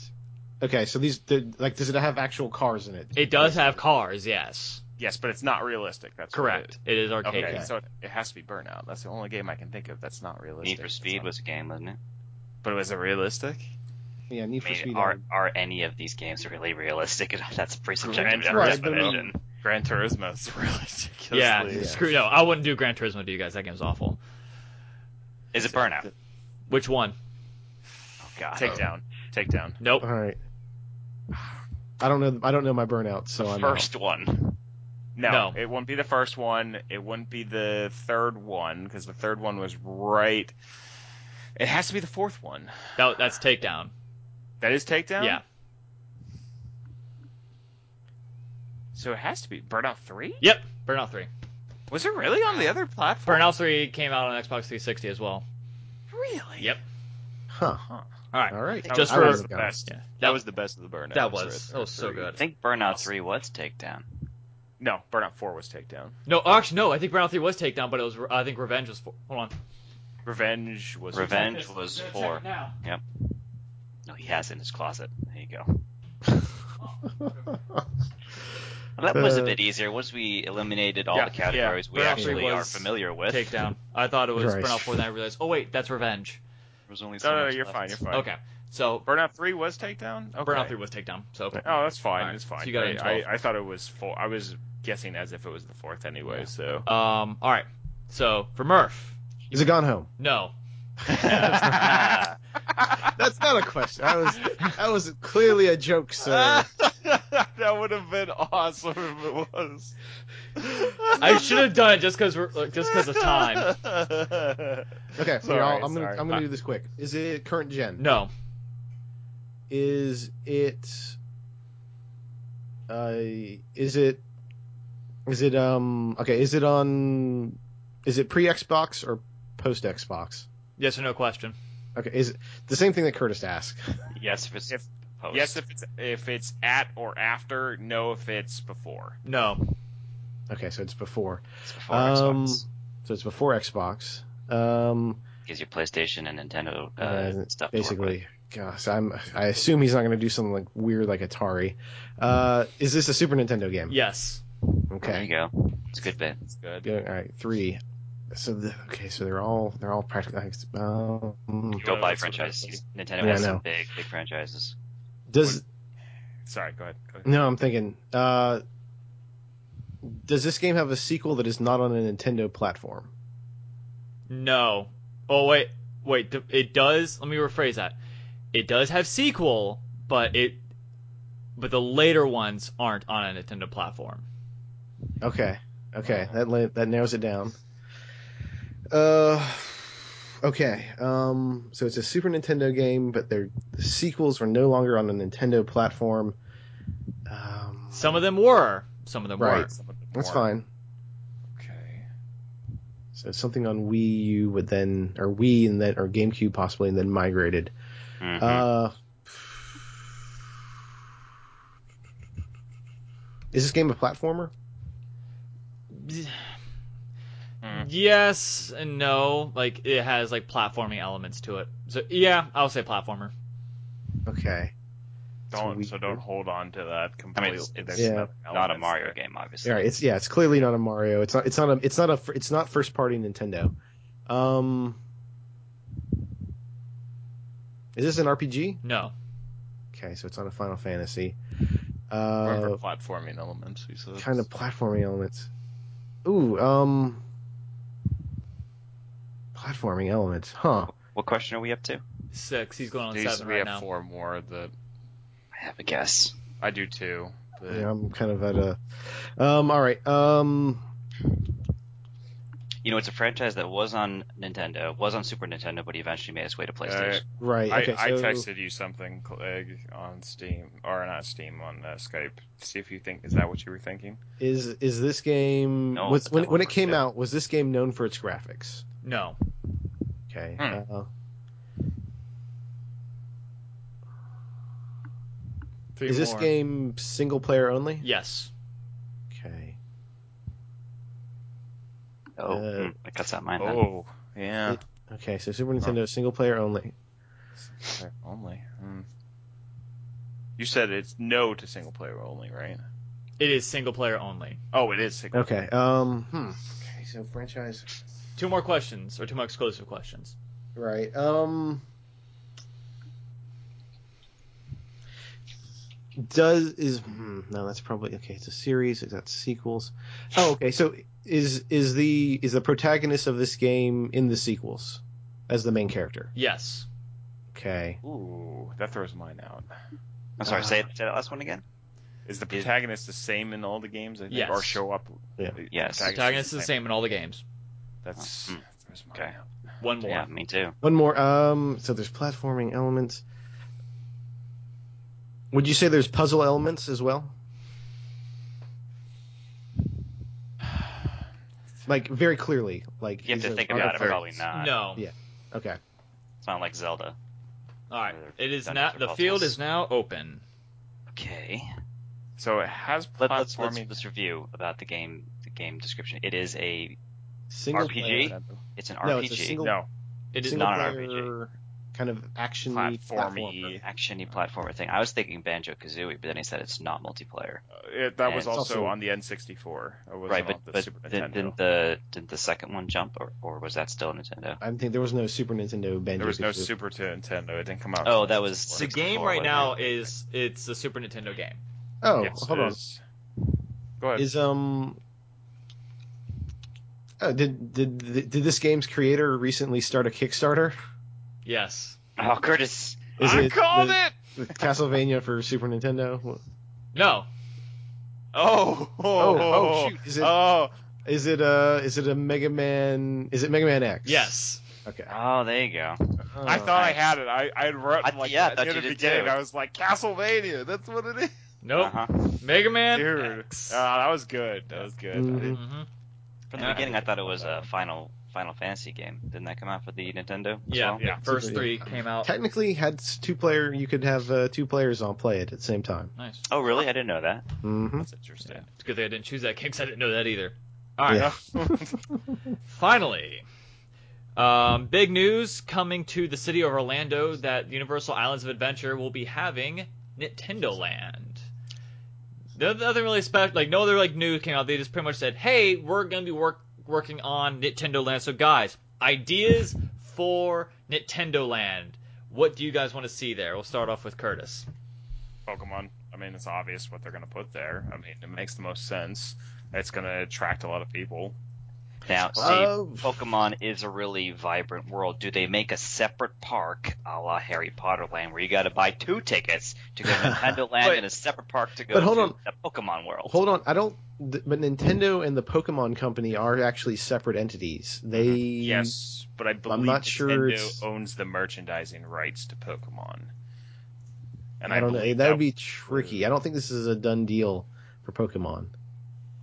Okay, so these they're- like does it have actual cars in it? it does have cars yes Yes, but it's not realistic. That's what Correct. It is it- arcade. Okay, Okay. so it, it has to be Burnout. That's the only game I can think of that's not realistic. Need for It's Speed not- was a game, wasn't it? but was it realistic? Yeah, Need I for Speed. mean, are are any of these games really realistic? (laughs) That's a pretty subjective Grand Turismo. definition. Gran Turismo is (laughs) ridiculously. Yeah, Yeah. screw no. I wouldn't do Gran Turismo to you guys. That game's awful. Is it Burnout? Which one? Oh God. Takedown. Takedown. Nope. All right. I don't know. I don't know my burnout, so I'm out. First one. No, Oh, No. it wouldn't be the first one. It wouldn't be the third one because the third one was right. It has to be the fourth one. That, that's takedown. That is takedown. Yeah. So it has to be Burnout Three. Yep. Burnout Three. Was it really on the other platform? Burnout Three came out on Xbox 360 as well. Really? Yep. Huh. All right. All right. Just that for- was the Yeah. best. Yeah. That was the best of the Burnout. That was that was so I good. think Burnout Three was Takedown. No, Burnout Four was takedown. No, actually, no. I think Burnout Three was takedown, but it was I think Revenge was. For, hold on. Revenge was Revenge was four. Now. No, he has it in his closet. There you go. Well, that was a Uh, bit easier once we eliminated all Yeah, the categories we yeah. Burnout actually Three are was familiar with. Takedown. I thought it was Right. Burnout Four. Then I realized. Oh wait, that's Revenge. There was only so No, no, no, much you're left. fine. You're fine. Okay. So Burnout Three was takedown. Okay. Burnout Three was takedown. So Oh, that's fine. Alright, It's fine. so you got it in I, 12. I, I thought it was four. I was guessing as if it was the fourth anyway. (laughs) So (laughs) um. All right. So for Murph, Is it gone home? no. That's not a question. I was that was clearly a joke, sir. (laughs) (laughs) that would have been awesome if it was. I should have done it just because we're like, just because of time. (laughs) (laughs) Okay, Sorry, here, I'll, I'm gonna sorry. I'm gonna do this quick. Is it current gen? No. Is it? Uh, is it? Is it um? Okay, is it on? Is it pre Xbox or post Xbox? Yes or no question. Okay, is it the same thing that Curtis asked? Yes, if it's If- post. Yes, if it's if it's at or after. No, if it's before. No. Okay, so it's before. it's before um, Xbox. So it's before Xbox. Um, Gives you PlayStation and Nintendo uh, Uh, stuff. to work with. basically. Gosh, I'm. I assume he's not going to do something like weird like Atari. Uh, is this a Super Nintendo game? Yes. There you Okay. go. It's a good bit. It's good. Yeah, all right. Three. So the, okay, so they're all they're all practically. Um, Go wanna buy look for the best franchises. Nintendo Yeah, has I some know. big, big franchises. does Sorry, go ahead. Go ahead. no? I'm thinking. Uh, does this game have a sequel that is not on a Nintendo platform? No. Oh wait, wait. th- It does. Let me rephrase that. It does have sequel, but it, but the later ones aren't on a Nintendo platform. Okay, okay, that la- that narrows it down. Uh, okay. Um, so it's a Super Nintendo game, but their the sequels were no longer on a Nintendo platform. Um, Some of them were. Some of them Right. weren't. Someone with that's more. fine. Okay. So something on Wii U would then, or Wii and then, or GameCube possibly, and then migrated. Mhm. Uh, (sighs) is this game a platformer? Hmm. Yes and no. Like it has like platforming elements to it. So yeah, I'll say platformer. Okay. Don't weird. so don't hold on to that completely. it's- There's yeah. another Not a element Mario there. game, obviously. All right. It's yeah. It's clearly not a Mario. It's not. It's not a. It's not a. fir- It's not first party Nintendo. Um. Is this an RPG? No. Okay, so it's not a Final Fantasy. Remember Uh, platforming elements. We said. kind of platforming elements. Ooh, um, platforming elements, huh? What question are we up to? Six. He's going on These- seven we right have now. four more that I have a guess. I do too. But Yeah, I'm kind of at a. Um, all right. Um, You know, it's a franchise that was on Nintendo, was on Super Nintendo, but eventually made its way to PlayStation. right. I, Okay. I so, texted you something, Clegg, on Steam or not Steam on uh, Skype. See if you think is that what you were thinking. Is is this game? No, was it's when when it platformer, came yeah. out? Was this game known for its graphics? No. Okay. Hmm. Uh, Three is this more. game single player only? Yes. Okay. Oh, Uh, mm, it cuts out mine. then. Oh, yeah. Okay. So Super Nintendo single player only. Player only. Hmm. You said it's no to single player only, right? It is single player only. Oh, it is. Single. Okay. Um. Hmm. Okay. So franchise. Two more questions, or two more exclusive questions. Right. Um. Does is hmm, no? That's probably okay. It's a series. It's got sequels. Oh, okay. So is is the is the protagonist of this game in the sequels as the main character? Yes. Okay. Ooh, that throws mine out. I'm Uh-huh. sorry. say, say that last one again. Is the protagonist the same in all the games? I think, Yes. Or show up? Yeah. the Yes. Protagonist is the same in all the games. That's Mm. that throws mine Okay. out. One more. Yeah, me too. One more. Um. So there's platforming elements. Would you say there's puzzle elements as well? Like very clearly. Like You have is to there- think are there about it. variants? Probably not. No. Yeah. Okay. It's not like Zelda. All right. They're It is done now with the their field puzzles. is now open. Okay. So it has Let, let's, let's platforming. let's review about the game. The game description. It is a. Single RPG? player- It's an No, RPG. it's a single No, It is single not an our RPG. player kind of action Platformy. actiony platformer thing. I was thinking Banjo Kazooie, but then he said it's not multiplayer. Uh, it, that And was it's also, also- on the N64. It was right, on but, the but Super Nintendo. didn't, didn't the didn't the second one jump, or, or was that still Nintendo? I think there was no Super Nintendo Banjo. there was no Kazooie. Super Nintendo. It didn't come out. Oh, that was The six game before, right wasn't now it? is it's a Super Nintendo game. Oh, Yes, hold it on. is. Go ahead. Is um. Oh, did did did this game's creator recently start a Kickstarter? Yes. Oh, Curtis. Is I it called the- it. the (laughs) Castlevania for Super Nintendo? No. Oh, oh, Oh, oh, shoot. Is it- oh. Is it uh is it a Mega Man? Is it Mega Man X? Yes. Okay. Oh, there you go. I Uh, thought I had it. I I had I- written like yeah, I at thought the you very did beginning. too. I was like Castlevania. That's what it is. Nope. Uh-huh. Mega Man. Dude, X. (laughs) Oh, that was good. That was good. Mhm. Mhm. From the Yeah. beginning, I thought it was a Final Final Fantasy game. Didn't that come out for the Nintendo? as Yeah. well? Yeah. First Super- three came out. Technically, had two player. You could have uh, two players on play it at the same time. Nice. Oh, really? I didn't know that. hmm That's interesting. It's a good thing I didn't choose that game because I didn't know that either. All right. (laughs) Yeah. Finally, um, big news coming to the city of Orlando that Universal Islands of Adventure will be having Nintendo Land. No- Nothing really special. Like no other like news came out. They just pretty much said, "Hey, we're gonna be work working on Nintendo Land." So guys, ideas for Nintendo Land. What do you guys want to see there? We'll start off with Curtis. Pokemon. I mean, it's obvious what they're going to put there. I mean, it makes the most sense. It's going to attract a lot of people. Now, see, Oh. Pokemon is a really vibrant world. Do they make a separate park, a la Harry Potter Land, where you got to buy two tickets to go to Nintendo Land But- and a separate park to go but hold to on. the Pokemon world? Hold on, I don't. th- But Nintendo and the Pokemon Company are actually separate entities. They Mm-hmm. Yes, but I believe Mm. not Nintendo sure it's- owns the merchandising rights to Pokemon. And I don't know. believe That that- would be tricky. I don't think this is a done deal for Pokemon.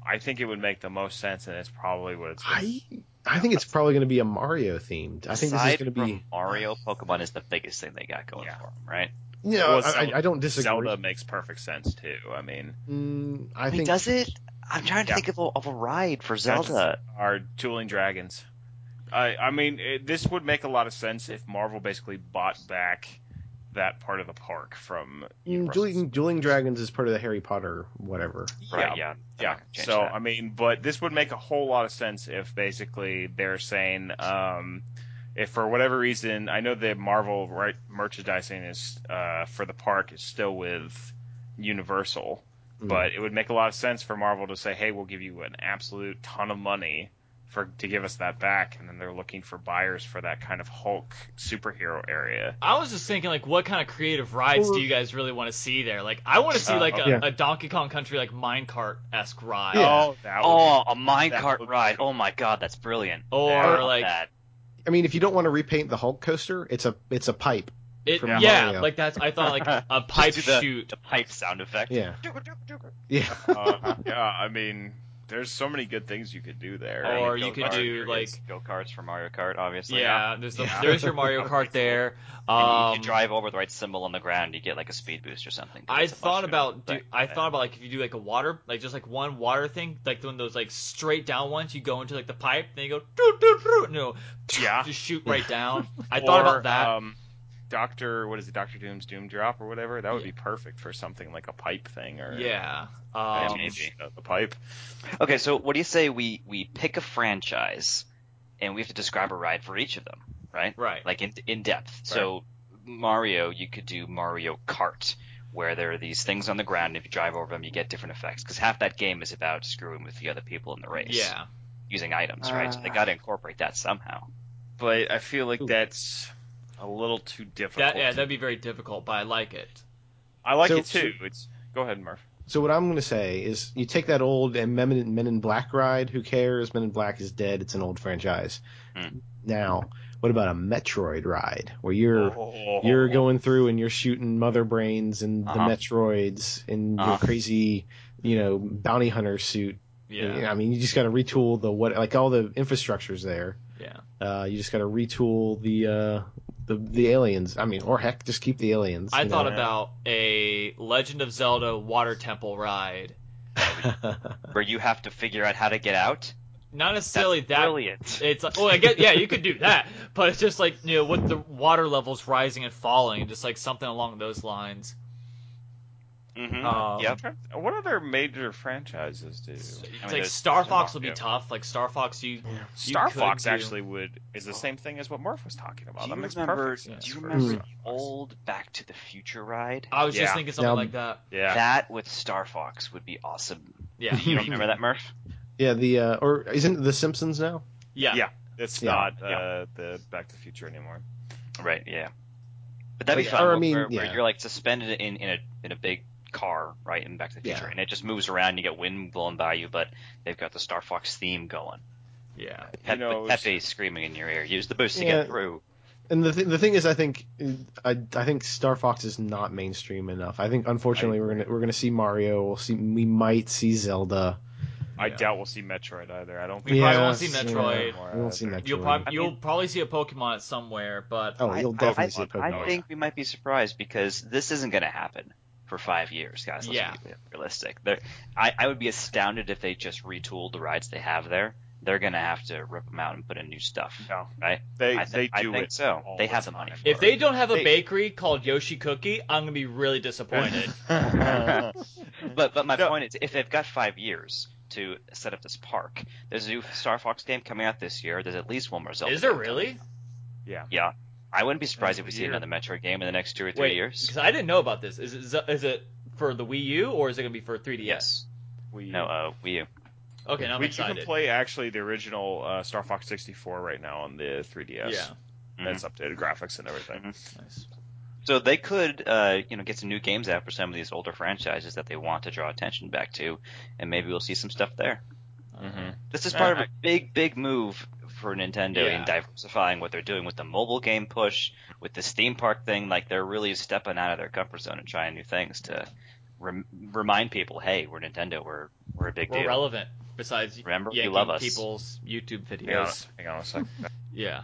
I think it would make the most sense, and it's probably what it's. I I think it's probably going to be a Mario themed. I think this is Aside going to from be. Mario. Pokemon is the biggest thing they got going Yeah. for 'em, right? No, Well, I, Zelda- I, I don't disagree. Zelda makes perfect sense too. I mean, Mm, I Wait, think does it? I'm trying to Yeah. think of a, of a ride for Dungeons- Zelda. our dueling dragons. I I mean, it, this would make a lot of sense if Marvel basically bought back that part of the park from mm, Universal Dueling, Dueling Dragons is part of the Harry Potter whatever. Right, yeah. Yeah. Change So that. I mean, but this would make a whole lot of sense if basically they're saying, um, if for whatever reason, I know the Marvel right merchandising is uh, for the park is still with Universal, Mm. but it would make a lot of sense for Marvel to say, hey, we'll give you an absolute ton of money. For, to give us that back, and then they're looking for buyers for that kind of Hulk superhero area. I was just thinking, like, what kind of creative rides Or- do you guys really want to see there? Like, I want to see Uh, like a, yeah. a Donkey Kong Country like minecart esque ride. Yeah. Oh, that would Oh, a minecart that would- ride. Oh my god, that's brilliant. Or, I love like, that. I mean, if you don't want to repaint the Hulk coaster, it's a it's a pipe. It, From yeah, Mario. like that's. I thought like (laughs) a pipe Just do the- shoot. the pipe sound effect. Yeah. Yeah. uh, (laughs) yeah, I mean, there's so many good things you could do there. Or I mean, you could go-kart do, areas. like- Go karts for Mario Kart, obviously. yeah, there's the, Yeah. there's your (laughs) Mario Kart there. And Um, if you drive over the right symbol on the ground, you get like a speed boost or something. 'cause I it's a thought mushroom. about do, But- I thought about like if you do like a water like just like one water thing like one of those like straight down ones you go into like the pipe then you go doo, doo, doo, no Yeah. (laughs) (laughs) just shoot right down. I thought Or, about that. Um, Doctor, what is it, Doctor Doom's Doom Drop or whatever? That would be perfect for something like a pipe thing or Yeah. Yeah, Um, maybe. uh, the pipe. Okay, so what do you say we we pick a franchise, and we have to describe a ride for each of them, right? Right. Like in in depth. So Mario, you could do Mario Kart, where there are these things on the ground. And if you drive over them, you get different effects. Because half that game is about screwing with the other people in the race. yeah. Using items, right? so they Ah. got to incorporate that somehow. But I feel like Ooh. that's a little too difficult. That yeah, that'd be very difficult, but I like it. I like So- it too. It's go ahead, Murph. So what I'm going to say is, you take that old and Men in, Men in Black ride. Who cares? Men in Black is dead. It's an old franchise. Hmm. Now, what about a Metroid ride where you're Oh. you're going through and you're shooting mother brains and Uh-huh. the Metroids in your Uh-huh. crazy, you know, bounty hunter suit? Yeah. I mean, you just got to retool the what, like all the infrastructure's there. Yeah. Uh, you just got to retool the uh, the the aliens. I mean, or heck, just keep the aliens. I you thought Yeah. about a Legend of Zelda water temple ride. know? Where you have to figure out how to get out. Not That's necessarily that brilliant. It's like, well, I guess yeah, you could do that, but it's just like you know, with the water levels rising and falling, just like something along those lines. Mm-hmm. hmm Um, yep. What other major franchises do? It's I mean, like there's- Star there's a lot, Fox would be yeah. tough. Like Star Fox, you Star could Fox do- actually would is the same thing as what Murph was talking about. Do that you makes remember? perfect Do sense you for remember Star the Fox. old Back to the Future ride? I was just Yeah. thinking something Now- like that. Yeah. That with Star Fox would be awesome. Yeah, (laughs) You don't remember that, Murph? (laughs) yeah, the uh, or isn't it the Simpsons now? yeah, Yeah. It's Yeah. not Yeah. uh, the Back to the Future anymore. Right. Yeah. But that'd be Or- fun. or, I where- mean, where, where yeah. you're like suspended in, in a in a big car, right, in Back to the Future, Yeah. and it just moves around. You get wind blowing by you, but they've got the Star Fox theme going. yeah. Pe- You know, it's- Pepe screaming in your ear. Use the boost to Yeah. get through. And the th- the thing is, I think I, I think Star Fox is not mainstream enough. I think unfortunately we're gonna we're gonna see Mario. We'll see we might see Zelda. I Yeah. doubt we'll see Metroid either. I don't We think probably we'll won't see see yes, Metroid. yeah, we won't see either. Metroid. You'll probably I mean- you'll probably see a Pokemon at somewhere, but oh, you'll I- definitely I, see I, Pokemon. I think we might be surprised because this isn't going to happen for five years, guys. Let's Yeah. be realistic. They're, I, I would be astounded if they just retooled the rides they have there. They're going to have to rip them out and put in new stuff. No. Right? They I, they think- do I think it. so. all They the have (laughs) the money. time. for if it. they don't have a They- bakery called Yoshi Cookie, I'm gonna be really (laughs) disappointed. But (laughs) but my No. point is, if they've got five years to set up this park, there's a new Star Fox game coming out this year. There's at least one more Zelda. Is there game coming. really? I wouldn't be surprised if we Every see year. another Metro game in the next two or three Wait, years. because I didn't know about this. Is it Ze- is it for the Wii U or is it gonna be for 3DS? Yes. We, No. Uh, Wii U. Okay, now I'm we, you can excited. play actually the original uh, Star Fox 64 right now on the 3DS. Yeah. That's updated graphics and everything. Nice. So they could, uh, you know, get some new games out for some of these older franchises that they want to draw attention back to, and maybe we'll see some stuff there. Mm-hmm. Mm-hmm. This is part of a big, big move for Nintendo Uh, Yeah. in diversifying what they're doing with the mobile game push, with this theme park thing. Like they're really stepping out of their comfort zone and trying new things to rem- remind people, hey, we're Nintendo, we're we're a big We're deal. relevant. Besides, Remember, you yanking love us. people's YouTube Hang on, videos. hang on a second. Yeah.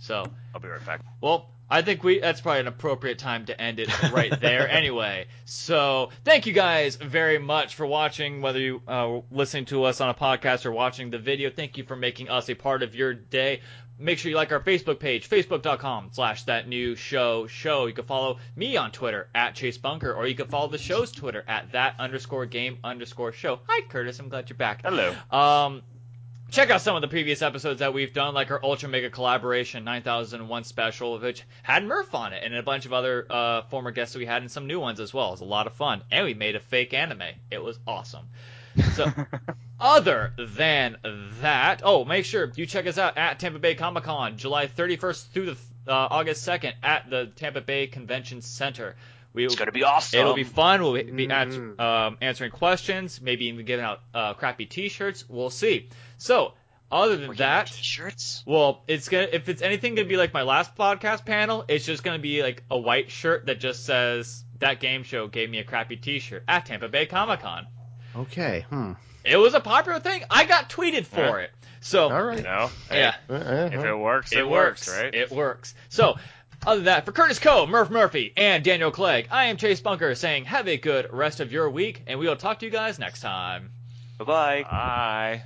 So, (laughs) I'll be right back. well, I think we that's probably an appropriate time to end it (laughs) right there. anyway, so thank you guys very much for watching, whether you uh, listening to us on a podcast or watching the video. Thank you for making us a part of your day. Make sure you like our Facebook page, facebook.com slash that new show show. You can follow me on Twitter at Chase Bunker, or you can follow the show's Twitter at that underscore game underscore show. Hi, Curtis. I'm glad you're back. Hello. Um, check out some of the previous episodes that we've done, like our Ultra Mega Collaboration 9001 special, which had Murph on it, and a bunch of other uh, former guests that we had, and some new ones as well. It was a lot of fun, and we made a fake anime. It was awesome. So. Other than that, oh, make sure you check us out at Tampa Bay Comic Con, July 31st through the uh, August 2nd at the Tampa Bay Convention Center. We It's gonna be awesome. It'll be fun. We'll be ans- Mhm. um, answering questions, maybe even giving out uh, crappy T-shirts. We'll see. So, other than We're getting that, T-shirts. well, it's gonna if it's anything gonna be like my last podcast panel, it's just gonna be like a white shirt that just says that game show gave me a crappy T-shirt at Tampa Bay Comic Con. (laughs) Okay. Hmm. It was a popular thing. I got tweeted for Yeah. it. So All You right. know, Oh, yeah, Uh, uh, if uh. it works, it, it works, right? It works. So, other than that, for Curtis Coe, Murph Murphy, and Daniel Clegg, I am Chase Bunker saying have a good rest of your week, and we will talk to you guys next time. Bye bye. Bye.